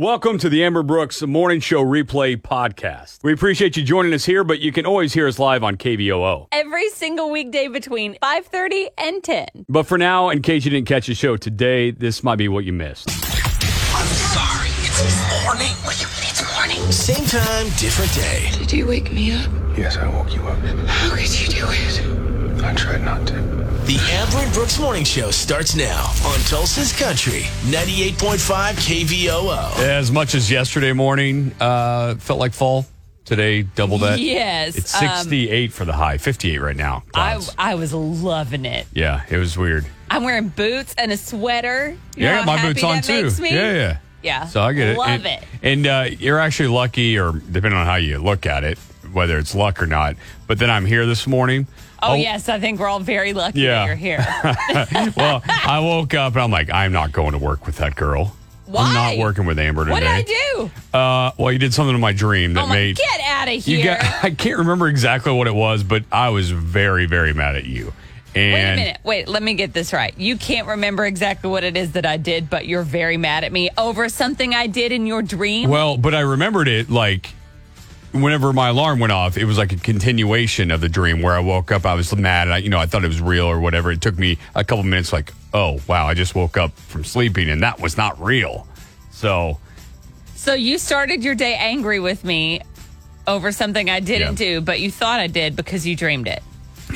Welcome to the Amber Brooks Morning Show Replay Podcast. We appreciate you joining us here, but you can always hear us live on KVOO. every single weekday between 5.30 and 10 But for now, in case you didn't catch the show today, this might be what you missed. I'm sorry. It's morning. Will you it's morning? Same time, different day. Did you wake me up? Yes, I woke you up. How could you do it? I tried not to. The Amber and Brooks Morning Show starts now on Tulsa's Country, 98.5 KVOO. As much as yesterday morning uh, felt like fall, today double that. Yes, It's um, 68 for the high, 58 right now. I, clouds. I was loving it yeah, it was weird. i'm wearing boots and a sweater You yeah, I know got how my happy boots on that too. makes me? Yeah, yeah. yeah So I get it. love and, it And uh, you're actually lucky, or depending on how you look at it, whether it's luck or not. But then I'm here this morning. oh, I- yes i think we're all very lucky Yeah. that you're here well, I woke up and I'm like, I'm not going to work with that girl. Why? I'm not working with Amber today. what did i do Uh, well, you did something in my dream that oh my made get out of you. here Got, I can't remember exactly what it was, but I was very, very mad at you. And Wait a minute. Wait, let me get this right. You can't remember exactly what it is that I did, but you're very mad at me over something I did in your dream. Well, but I remembered it like whenever my alarm went off, it was like a continuation of the dream where I woke up, I was mad, and I, you know, I thought it was real or whatever. It took me a couple minutes, like, oh wow, I just woke up from sleeping, and that was not real. So So you started your day angry with me over something I didn't Yeah. do, but you thought I did because you dreamed it.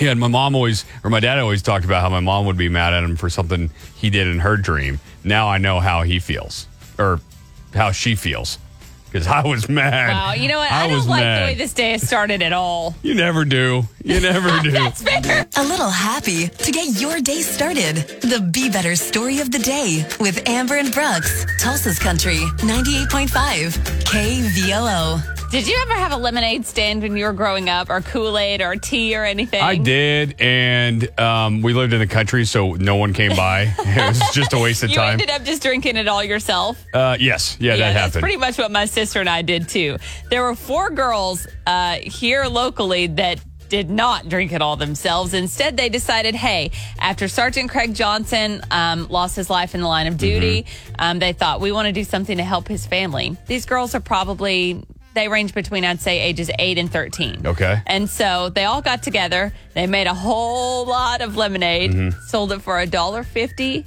yeah, and my mom always or my dad always talked about how my mom would be mad at him for something he did in her dream. Now I know how he feels or how she feels because I was mad. Wow, Oh, you know what? I, don't was like mad. the way this day has started at all. You never do. You never do. That's fair. A little happy to get your day started. The Be Better Story of the Day with Amber and Brooks, Tulsa's Country, 98.5 KVOO. Did you ever have a lemonade stand when you were growing up, or Kool Aid, or tea, or anything? I did, and um, we lived in the country, so no one came by. it was just a waste of You time. ended up just drinking it all yourself. uh, yes, yeah, that that's happened. pretty much what my sister and I did too. There were four girls uh, here locally that did not drink it all themselves. Instead, they decided, hey, after Sergeant Craig Johnson um, lost his life in the line of Mm-hmm. duty, um, they thought we want to do something to help his family. These girls are probably. They range between, I'd say, ages 8 and 13. Okay. And so they all got together. They made a whole lot of lemonade, Mm-hmm. sold it for $1.50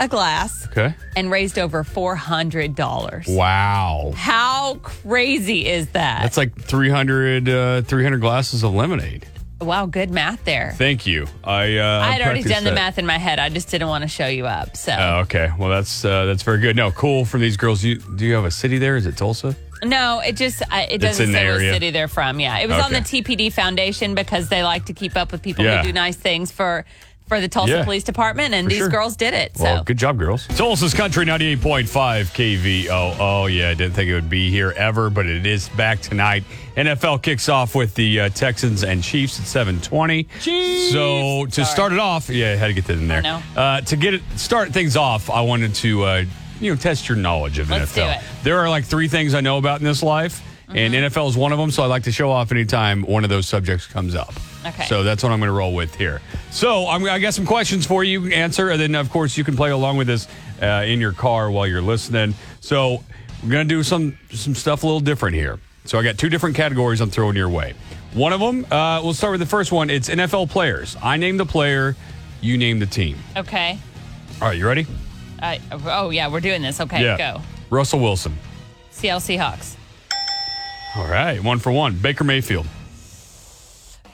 a glass okay. and raised over four hundred dollars. Wow, How crazy is that? that's like 300, uh, 300 glasses of lemonade. wow, good math there. Thank you. I uh, I had already practiced done the that. math in my head. I just didn't want to show you up. So Oh, okay, well that's uh, that's very good. No, cool from these girls. You do you have a city there? Is it Tulsa? no, it just I, it in doesn't the say what area. city they're from. Yeah, it was on the Okay. TPD Foundation because they like to keep up with people Yeah. who do nice things for for the Tulsa Yeah. Police Department, and For these sure. girls did it. Well, so good job, girls. Tulsa's Country 98.5 KVOO. Oh, yeah, I didn't think it would be here ever, but it is back tonight. NFL kicks off with the uh, Texans and Chiefs at 720. Chiefs! So to start it off, yeah, I had to get that in there. know. Uh, to get it, start things off, I wanted to, uh, you know, test your knowledge of Let's NFL. do it. There are like three things I know about in this life, and Mm-hmm. NFL is one of them, so I like to show off anytime one of those subjects comes up. Okay. So that's what I'm going to roll with here. So I'm, I got some questions for you. Answer, and then of course you can play along with this uh, in your car while you're listening. So we're going to do some some stuff a little different here. So I got two different categories I'm throwing your way. One of them, uh, we'll start with the first one. It's NFL players. I name the player, you name the team. okay. All right, you ready? I oh yeah, we're doing this. Okay, go. Russell Wilson. Seattle Seahawks, All right, one for one. Baker Mayfield.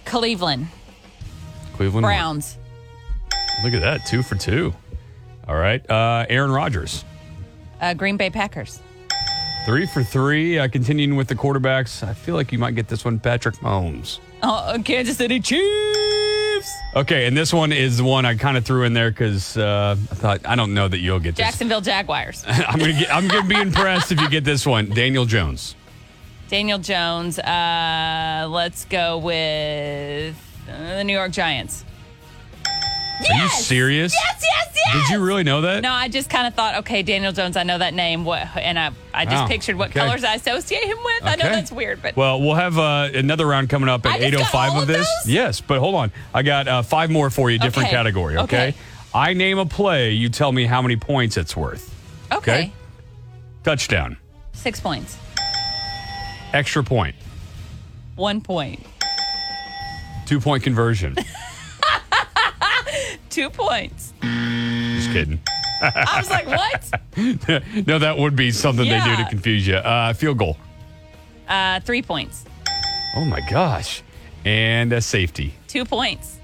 Cleveland Cleveland Browns, Look at that, two for two. All right, uh, Aaron Rodgers. uh, Green Bay Packers, Three for three. Uh, continuing with the quarterbacks, I feel like you might get this one, Patrick Mahomes. oh, Kansas City Chiefs. Okay, and this one is the one I kind of threw in there because uh, I thought I don't know that you'll get this. Jacksonville Jaguars. I'm gonna get, I'm gonna be impressed if you get this one, Daniel Jones. Daniel Jones. Uh, let's go with uh, the New York Giants. Are you serious? Yes, yes, yes. Did you really know that? No, I just kind of thought, okay, Daniel Jones. I know that name. What? And I, I just Wow, pictured Oh, what okay. colors I associate him with. I know Okay. that's weird, but Well, we'll have uh, another round coming up at I just got 8.05 all of of this. those? Yes, but hold on. I got uh, five more for you, different Okay. category, okay? Okay. I name a play, you tell me how many points it's worth. okay. Touchdown. Six points. Extra point. One point. Two point conversion. Two points. Just kidding. I was like, what? no, that would be something they do Yeah. to confuse you. Uh, field goal. Uh, three points. Oh my gosh. And a safety. Two points.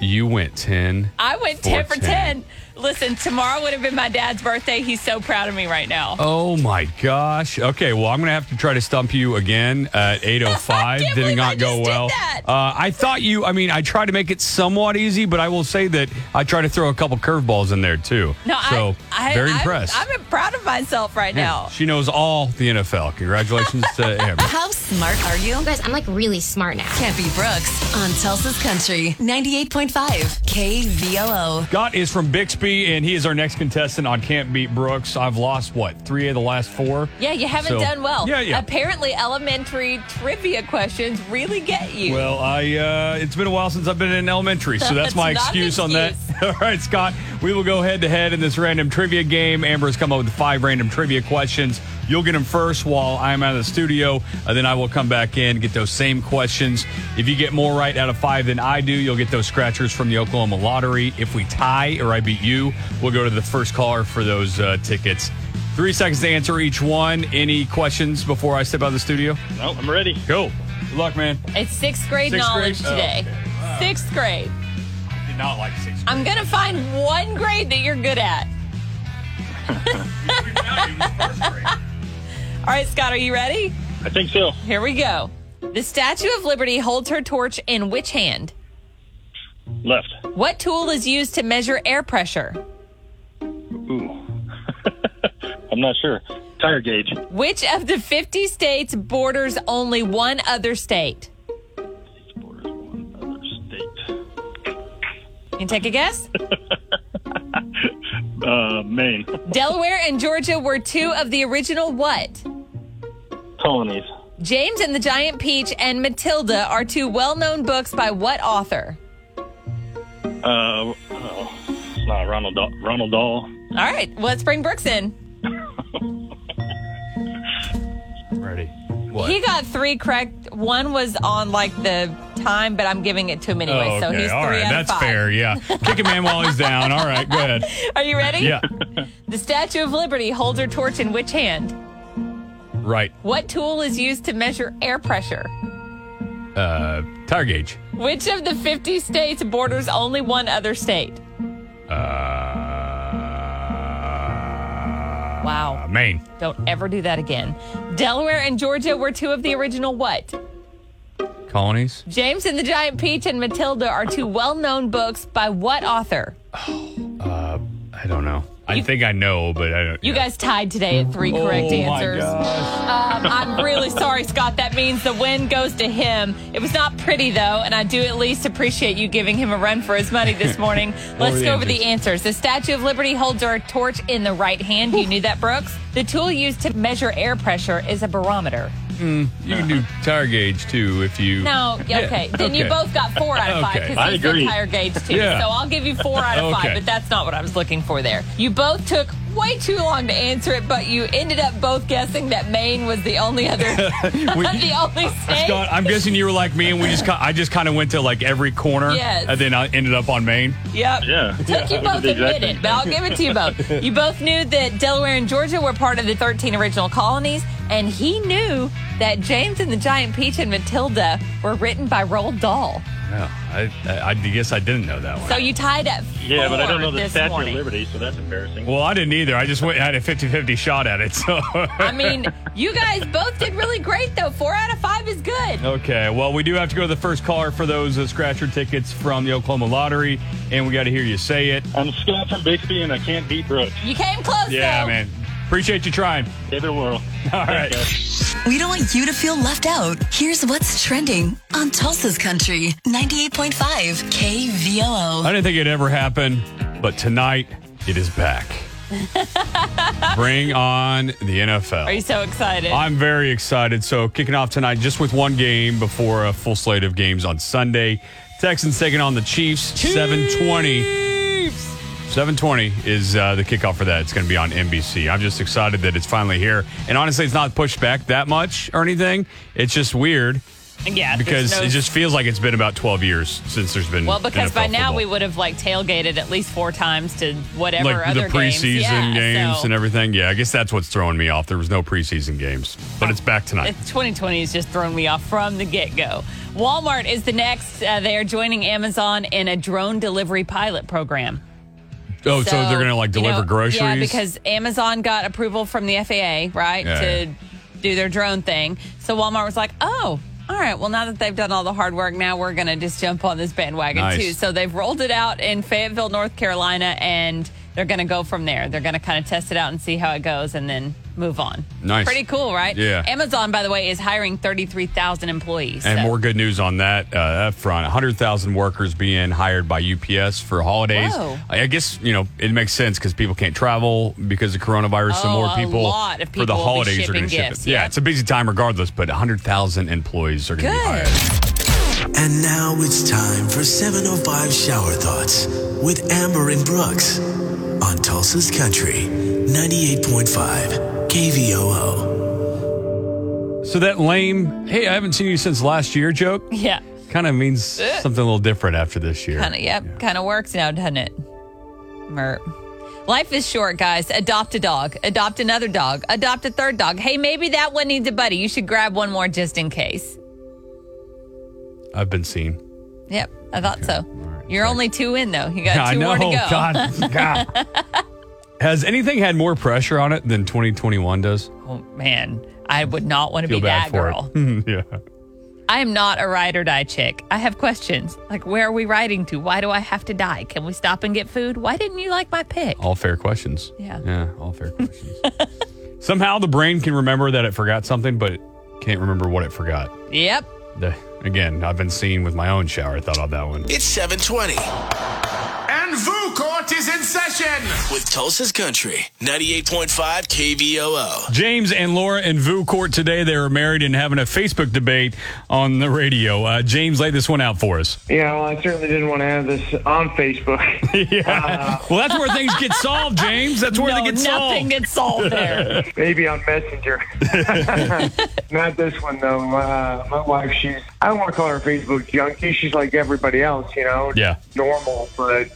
You went 10. I went 10 for 10. 10. Listen, tomorrow would have been my dad's birthday. He's so proud of me right now. Oh my gosh. Okay, well, I'm going to have to try to stump you again at 8.05. can't did believe not I go just did well. that. Uh, I thought you, I mean, I tried to make it somewhat easy, but I will say that I try to throw a couple curveballs in there too. No, so, I, I, very I'm- impressed. I'm, proud of myself right now. She knows all the NFL. Congratulations to him. How smart are you? Guys, I'm like really smart now. Campy Brooks on Tulsa's Country 98.5 KVOO. Scott is from Bixby, and he is our next contestant on Can't Beat Brooks. I've lost, what, three of the last four? Yeah, you haven't So- done well. Yeah, yeah. Apparently, elementary trivia questions really get you. Well, I uh, it's been a while since I've been in elementary, so that's That's my not an excuse on that. excuse. All right, Scott, we will go head to head in this random trivia game. Amber has come up with five random trivia questions. You'll get them first while I'm out of the studio, and then I will come back in get those same questions. If you get more right out of five than I do, you'll get those scratchers from the Oklahoma Lottery. If we tie or I beat you, we'll go to the first caller for those uh, tickets. Three seconds to answer each one. Any questions before I step out of the studio? No, I'm ready. Go. Good luck, man. it's sixth grade Sixth knowledge grade? Oh, today. Sixth grade. Did not like six. I'm going to find one grade that you're good at. All right, Scott, are you ready? I think so. Here we go. The Statue of Liberty holds her torch in which hand? Left. What tool is used to measure air pressure? Ooh. I'm not sure. Tire gauge. Which of the 50 states borders only one other state? Borders one other state. You can take a guess? Uh, Maine. Delaware and Georgia were two of the original what? Colonies. James and the Giant Peach and Matilda are two well known books by what author? Uh, oh, it's not Ronald Dahl. Ronald Dahl. All right, well, let's bring Brooks in. Ready. What? He got three correct. One was on like the time, but I'm giving it to him anyway. So he's three All right. out That's of five. fair. Yeah. Kick a man while he's down. All right. Go ahead. Are you ready? Yeah. The Statue of Liberty holds her torch in which hand? Right. What tool is used to measure air pressure? Uh, tire gauge. Which of the 50 states borders only one other state? Uh, Wow. Maine. Don't ever do that again. Delaware and Georgia were two of the original what? Colonies. James and the Giant Peach and Matilda are two well known books by what author? I don't know. I think I know, but I don't. You guys tied today at three Oh correct answers. Um, I'm really sorry, Scott. That means the win goes to him. It was not pretty, though, and I do at least appreciate you giving him a run for his money this morning. were Let's the go over the answers. The Statue of Liberty holds her torch in the right hand. You knew that, Brooks? The tool used to measure air pressure is a barometer. You can do tire gauge too if you. No, Yeah, okay. Then you okay. both got four out of five Okay. because I he's the agree. entire gauge, too. Yeah. So I'll give you four out of Okay. five, but that's not what I was looking for there. You both took way too long to answer it, but you ended up both guessing that Maine was the only other, the only state. Scott, I'm guessing you were like me, and we just ki- I just kind of went to like every corner, Yes. and then I ended up on Maine. Yep. Yeah. Took you We both did a exactly minute, but I'll give it to you both. You both knew that Delaware and Georgia were part of the 13 original colonies, and he knew that James and the Giant Peach and Matilda were written by Roald Dahl. No, I, I, I guess I didn't know that one. So you tied at four Yeah, but I don't know the this Statue morning. of Liberty, so that's embarrassing. well, I didn't either. I just went had a 50-50 shot at it. So I mean, you guys both did really great, though. Four out of five is good. Okay, well, we do have to go to the first caller for those uh, scratcher tickets from the Oklahoma Lottery, and we got to hear you say it. I'm Scott from Bixby, and I can't beat Brooks. You came close, Yeah, though. man. Appreciate you trying. Give it a whirl. All right. We don't want you to feel left out. Here's what's trending on Tulsa's Country 98.5 KVOO. I didn't think it'd ever happen, but tonight it is back. Bring on the NFL. Are you so excited? I'm very excited. So, kicking off tonight just with one game before a full slate of games on Sunday. Texans taking on the Chiefs, 720. 720 is uh, the kickoff for that. It's going to be on NBC. I'm just excited that it's finally here. And honestly, it's not pushed back that much or anything. It's just weird Yeah, there's because no- it just feels like it's been about 12 years since there's been well because NFL by now football. we would have like tailgated at least four times to whatever like other the preseason games, yeah, games so and everything. Yeah, I guess that's what's throwing me off. There was no preseason games, but it's back tonight. It's- 2020 has just thrown me off from the get go. Walmart is the next. Uh, they are joining Amazon in a drone delivery pilot program. oh, so, they're going to like you deliver know, groceries. Yeah, because Amazon got approval from the FAA, right, Yeah, to yeah. do their drone thing. So Walmart was like, oh, all right, well, now that they've done all the hard work, now we're going to just jump on this bandwagon Nice. too. So they've rolled it out in Fayetteville, North Carolina, and they're going to go from there. They're going to kind of test it out and see how it goes and then move on. Nice. Pretty cool, right? Yeah. Amazon, by the way, is hiring 33,000 employees. And so- more good news on that, uh, that front. 100,000 workers being hired by UPS for holidays. Whoa. I I guess, you know, it makes sense because people can't travel because of coronavirus. so Oh, more a people, lot of for the people will be holidays are shipping going to ship gifts, it. Yeah, yep. it's a busy time regardless, but 100,000 employees are going to be Good. hired. And now it's time for 705 Shower Thoughts with Amber and Brooks on Tulsa's Country 98.5 KVOO. So that lame, hey, I haven't seen you since last year joke yeah. kind of means something a little different after this year. Kind of, yep. Kind of works now, doesn't it? Merp. Life is short, guys. Adopt a dog. Adopt another dog. Adopt a third dog. Hey, maybe that one needs a buddy. You should grab one more just in case. I've been seen. Yep, I thought so. You're only two in though. You Yeah, got I two know. more to go. God, God. Has anything had more pressure on it than 2021 does? Oh man, I would not want to Feel be bad that for girl. it. yeah. I am not a ride or die chick. I have questions like, where are we riding to? Why do I have to die? Can we stop and get food? Why didn't you like my pick? All fair questions. Yeah. Yeah, all fair questions. Somehow the brain can remember that it forgot something, but it can't remember what it forgot. Yep. The- again, I've been seen with my own shower thought on that one. It's 720 And VU Court is in session. with Tulsa's Country 98.5 KVOO. James and Laura in Vu Court today. They were married and having a Facebook debate on the radio. Uh, James, lay this one out for us. Yeah, well, I certainly didn't want to have this on Facebook. yeah. Well, that's where things get solved, James. That's where no, they get solved. nothing gets solved there. Maybe on Messenger. Not this one, though. Uh, my wife, she's, I don't want to call her Facebook junkie. She's like everybody else, you know, Yeah. normal. But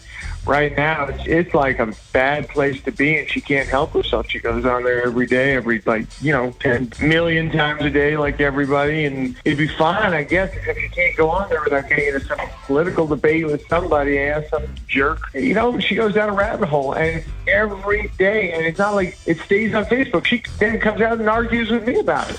right now, it's, it's like a bad place to be, and she can't help herself. She goes on there every day, every, like, you know, 10 million times a day, like everybody. And it'd be fine, I guess, if she can't go on there without getting into some political debate with somebody, ask some jerk. You know, she goes down a rabbit hole, and it's every day. And it's not like it stays on Facebook. She then comes out and argues with me about it.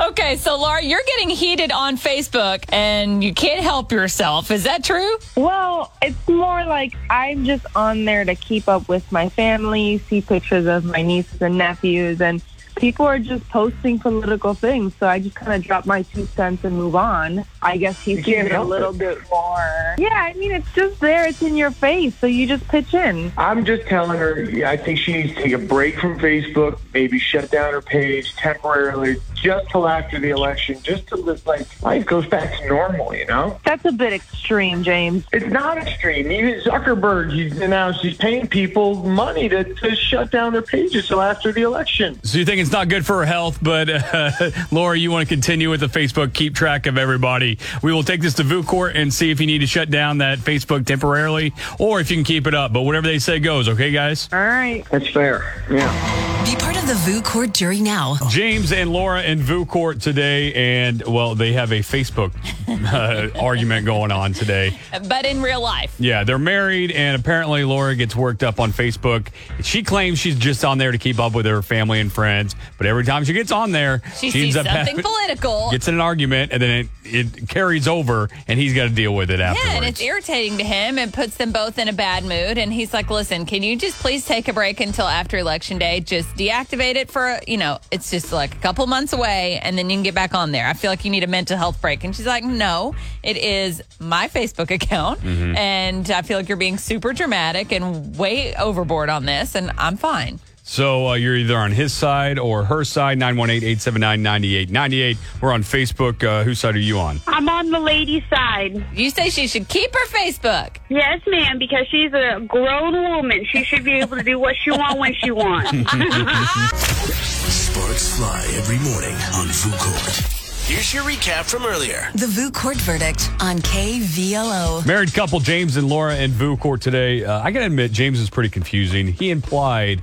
Okay, so Laura, you're getting heated on Facebook and you can't help yourself. Is that true? Well, it's more like I'm just on there to keep up with my family, see pictures of my nieces and nephews, and people are just posting political things. So I just kind of drop my two cents and move on. I guess You he's can't doing it a help little it. bit more. Yeah, I mean, it's just there. It's in your face. So you just pitch in. I'm just telling her yeah, I think she needs to take a break from Facebook, maybe shut down her page temporarily, just till after the election, just till this like life goes back to normal. You know, That's a bit extreme, James. it's not extreme. Even Zuckerberg, he's announced he's paying people money to, to shut down their pages till after the election. So you think it's not good for her health, but uh, Laura, you want to continue with the Facebook keep track of everybody. We will take this to VU Court and see if you need to shut down that Facebook temporarily or if you can keep it up. But whatever they say goes, okay, guys? All right. That's fair. Yeah. Be part of the VU Court jury now. James and Laura in VU Court today, and well, they have a Facebook uh, argument going on today. But in real life. Yeah, they're married, and apparently Laura gets worked up on Facebook. She claims she's just on there to keep up with her family and friends, but every time she gets on there, She, ends sees up something having- political. gets in an argument, and then it, it carries over, and he's got to deal with it afterwards. Yeah, and it's irritating to him and puts them both in a bad mood. And he's like, listen, can you just please take a break until after election day? Just deactivate it for, you know, it's just like a couple months away and then you can get back on there. I feel like you need a mental health break. And she's like, no, it is my Facebook account. Mm-hmm. And I feel like you're being super dramatic and way overboard on this. And I'm fine. So uh, you're either on his side or her side, 918 879 9898. We're on Facebook. Uh, whose side are you on? I'm on the lady's side. You say she should keep her Facebook. Yes, ma'am, because she's a grown woman. She should be able to do what she wants when she wants. Sparks fly every morning on VuCourt. Here's your recap from earlier. The VU court verdict on KVLO. Married couple James and Laura in VU court today. Uh, I gotta admit, James is pretty confusing. He implied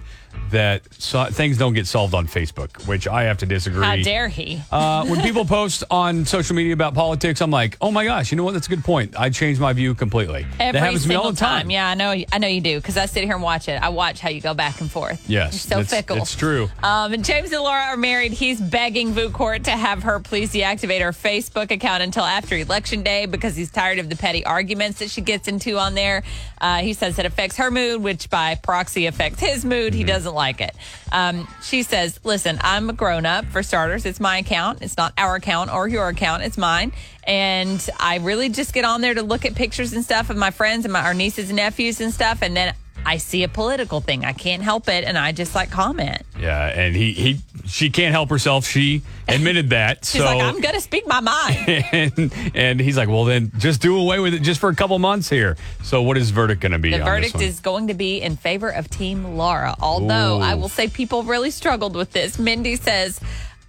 that so- things don't get solved on Facebook, which I have to disagree. How dare he? Uh, when people post on social media about politics, I'm like, oh my gosh, you know what? That's a good point. I changed my view completely. Every that happens to me single all the time. time. Yeah, I know. I know you do because I sit here and watch it. I watch how you go back and forth. Yes, you're so that's- fickle. that's true. Um, and James and Laura are married. He's begging Vu Court to have her please deactivate her Facebook account until after Election Day because he's tired of the petty arguments that she gets into on there. Uh, he says it affects her mood, which by proxy affects his mood. He doesn't like it. Um, she says, Listen, I'm a grown up. For starters, it's my account. It's not our account or your account. It's mine. And I really just get on there to look at pictures and stuff of my friends and my our nieces and nephews and stuff. And then I see a political thing. I can't help it. And I just like comment. Yeah, and he, he she can't help herself. She admitted that. She's so like, I'm going to speak my mind. and, and he's like, well, then just do away with it just for a couple months here. So, what is verdict going to be? The on this verdict one? is going to be in favor of Team Laura. Although Ooh. I will say people really struggled with this. Mindy says,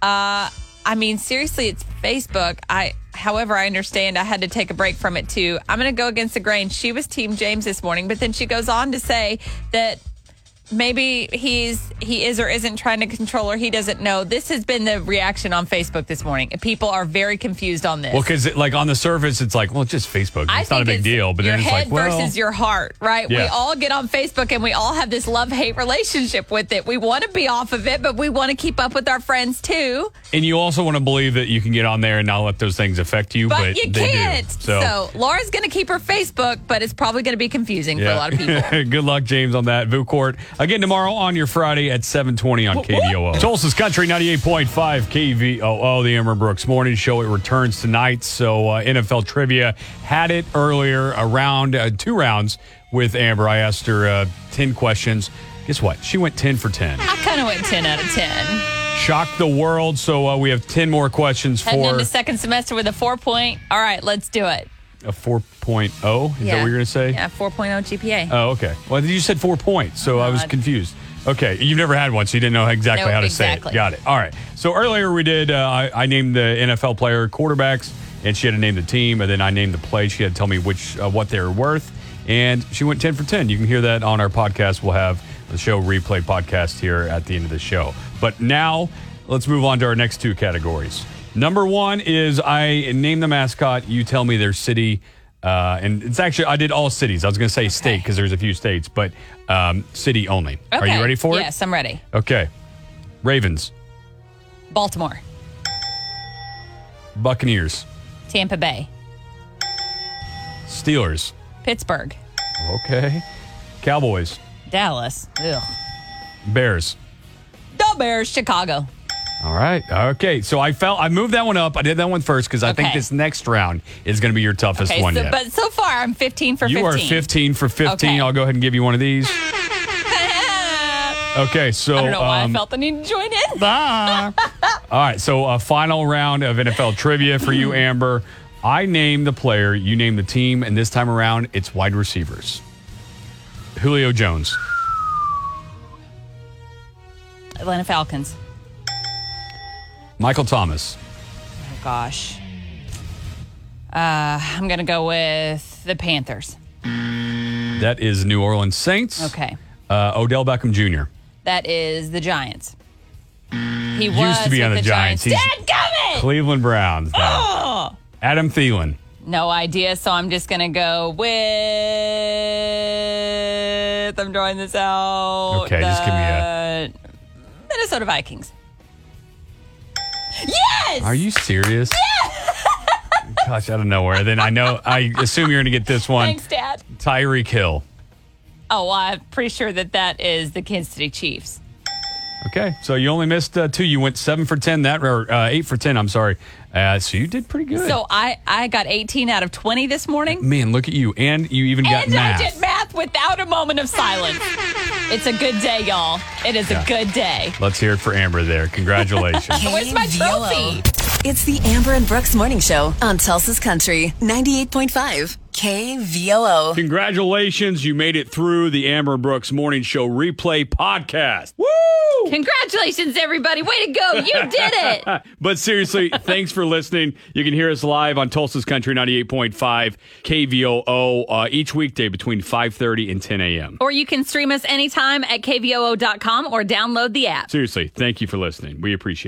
uh, I mean, seriously, it's Facebook. I, however, I understand I had to take a break from it too. I'm going to go against the grain. She was Team James this morning, but then she goes on to say that maybe he's he is or isn't trying to control her. He doesn't know. This has been the reaction on Facebook this morning. People are very confused on this. Well, because like on the surface, it's like, well, it's just Facebook. I It's not a think big it's deal. But your then it's head like, well, versus your heart, right? We Yeah. all get on Facebook and we all have this love hate relationship with it. We want to be off of it, but we want to keep up with our friends too. and you also want to believe that you can get on there and not let those things affect you, But, but, you they can't. do. So. Laura's going to keep her Facebook, but it's probably going to be confusing for a lot of people. Good luck, James, on that. Vu Court again tomorrow on your Friday at 7:20 on KVOO. Tulsa's Country 98.5 KVOO. The Amber Brooks Morning Show. It returns tonight. So uh, NFL trivia had it earlier, a round, uh, two rounds with Amber. I asked her uh, ten questions. Guess what? She went ten for ten. I kind of went 10 out of 10. Shocked the world. So uh, we have ten more questions Heading for into second semester with a four point. All right, let's do it. a 4.0. Is that what you're going to say? Yeah, 4.0 GPA. Oh, okay. Well, you said four points, so I was God. confused. Okay, you've never had one, so you didn't know exactly Nope, how to say exactly. it. Got it. All right. So earlier we did. Uh, I, I named the NFL player quarterbacks, and she had to name the team, and then I named the play. She had to tell me which uh, what they were worth, and she went ten for ten. You can hear that on our podcast. We'll have the show replay podcast here at the end of the show. But now let's move on to our next two categories. Number one is I name the mascot. You tell me their city. Uh, and it's actually I did all cities. I was going to say state because there's a few states, but um, city only. Are Okay. you ready for it? Yes, I'm ready. Okay. Ravens, Baltimore, Buccaneers, Tampa Bay, Steelers. Pittsburgh, Okay. Cowboys, Dallas, Ugh. Bears. the Bears, Chicago. All right. Okay. So I felt I moved that one up. I did that one first because I think Okay. this next round is going to be your toughest Okay, one so, yet. but so far I'm 15 for you 15. are 15 for 15. Okay. I'll go ahead and give you one of these. I Okay. So don't know why um, I felt the need to join in. Bye. All right, so a final round of NFL trivia for you, Amber. I name the player, you name the team, and this time around, it's wide receivers. Julio Jones, Atlanta Falcons. Michael Thomas, Oh gosh. Uh, I'm gonna go with the Panthers. that is New Orleans Saints. Okay, Uh, Odell Beckham Jr. that is the Giants. He was Used to be with on the Giants. He's- Dadgummit! Cleveland Browns. now. Oh, Adam Thielen. no idea. So I'm just gonna go with. I'm drawing this out. Okay, just give me a Minnesota Vikings. Yes. Are you serious? Gosh, out of nowhere. Then I know. I assume you're going to get this one. Thanks, Dad. Tyreek Hill. Oh, well, I'm pretty sure that that is the Kansas City Chiefs. Okay, so you only missed uh, two. You went seven for ten that, or uh, eight for ten. I'm sorry. Uh, so you did pretty good. So I, I got 18 out of 20 this morning. man, look at you, and you even got and math. I did math without a moment of silence. It's a good day, y'all. It is Yeah. a good day. Let's hear it for Amber there. Congratulations. Where's my trophy? It's the Amber and Brooks Morning Show on Tulsa's Country 98.5 KVOO. Congratulations, you made it through the Amber Brooks Morning Show replay podcast. Woo! Congratulations, everybody. Way to go. You did it. but seriously, thanks for listening. You can hear us live on Tulsa's Country 98.5 KVOO uh, each weekday between 5.30 and 10 a.m. Or you can stream us anytime at kvoo.com or download the app. Seriously, thank you for listening. We appreciate it.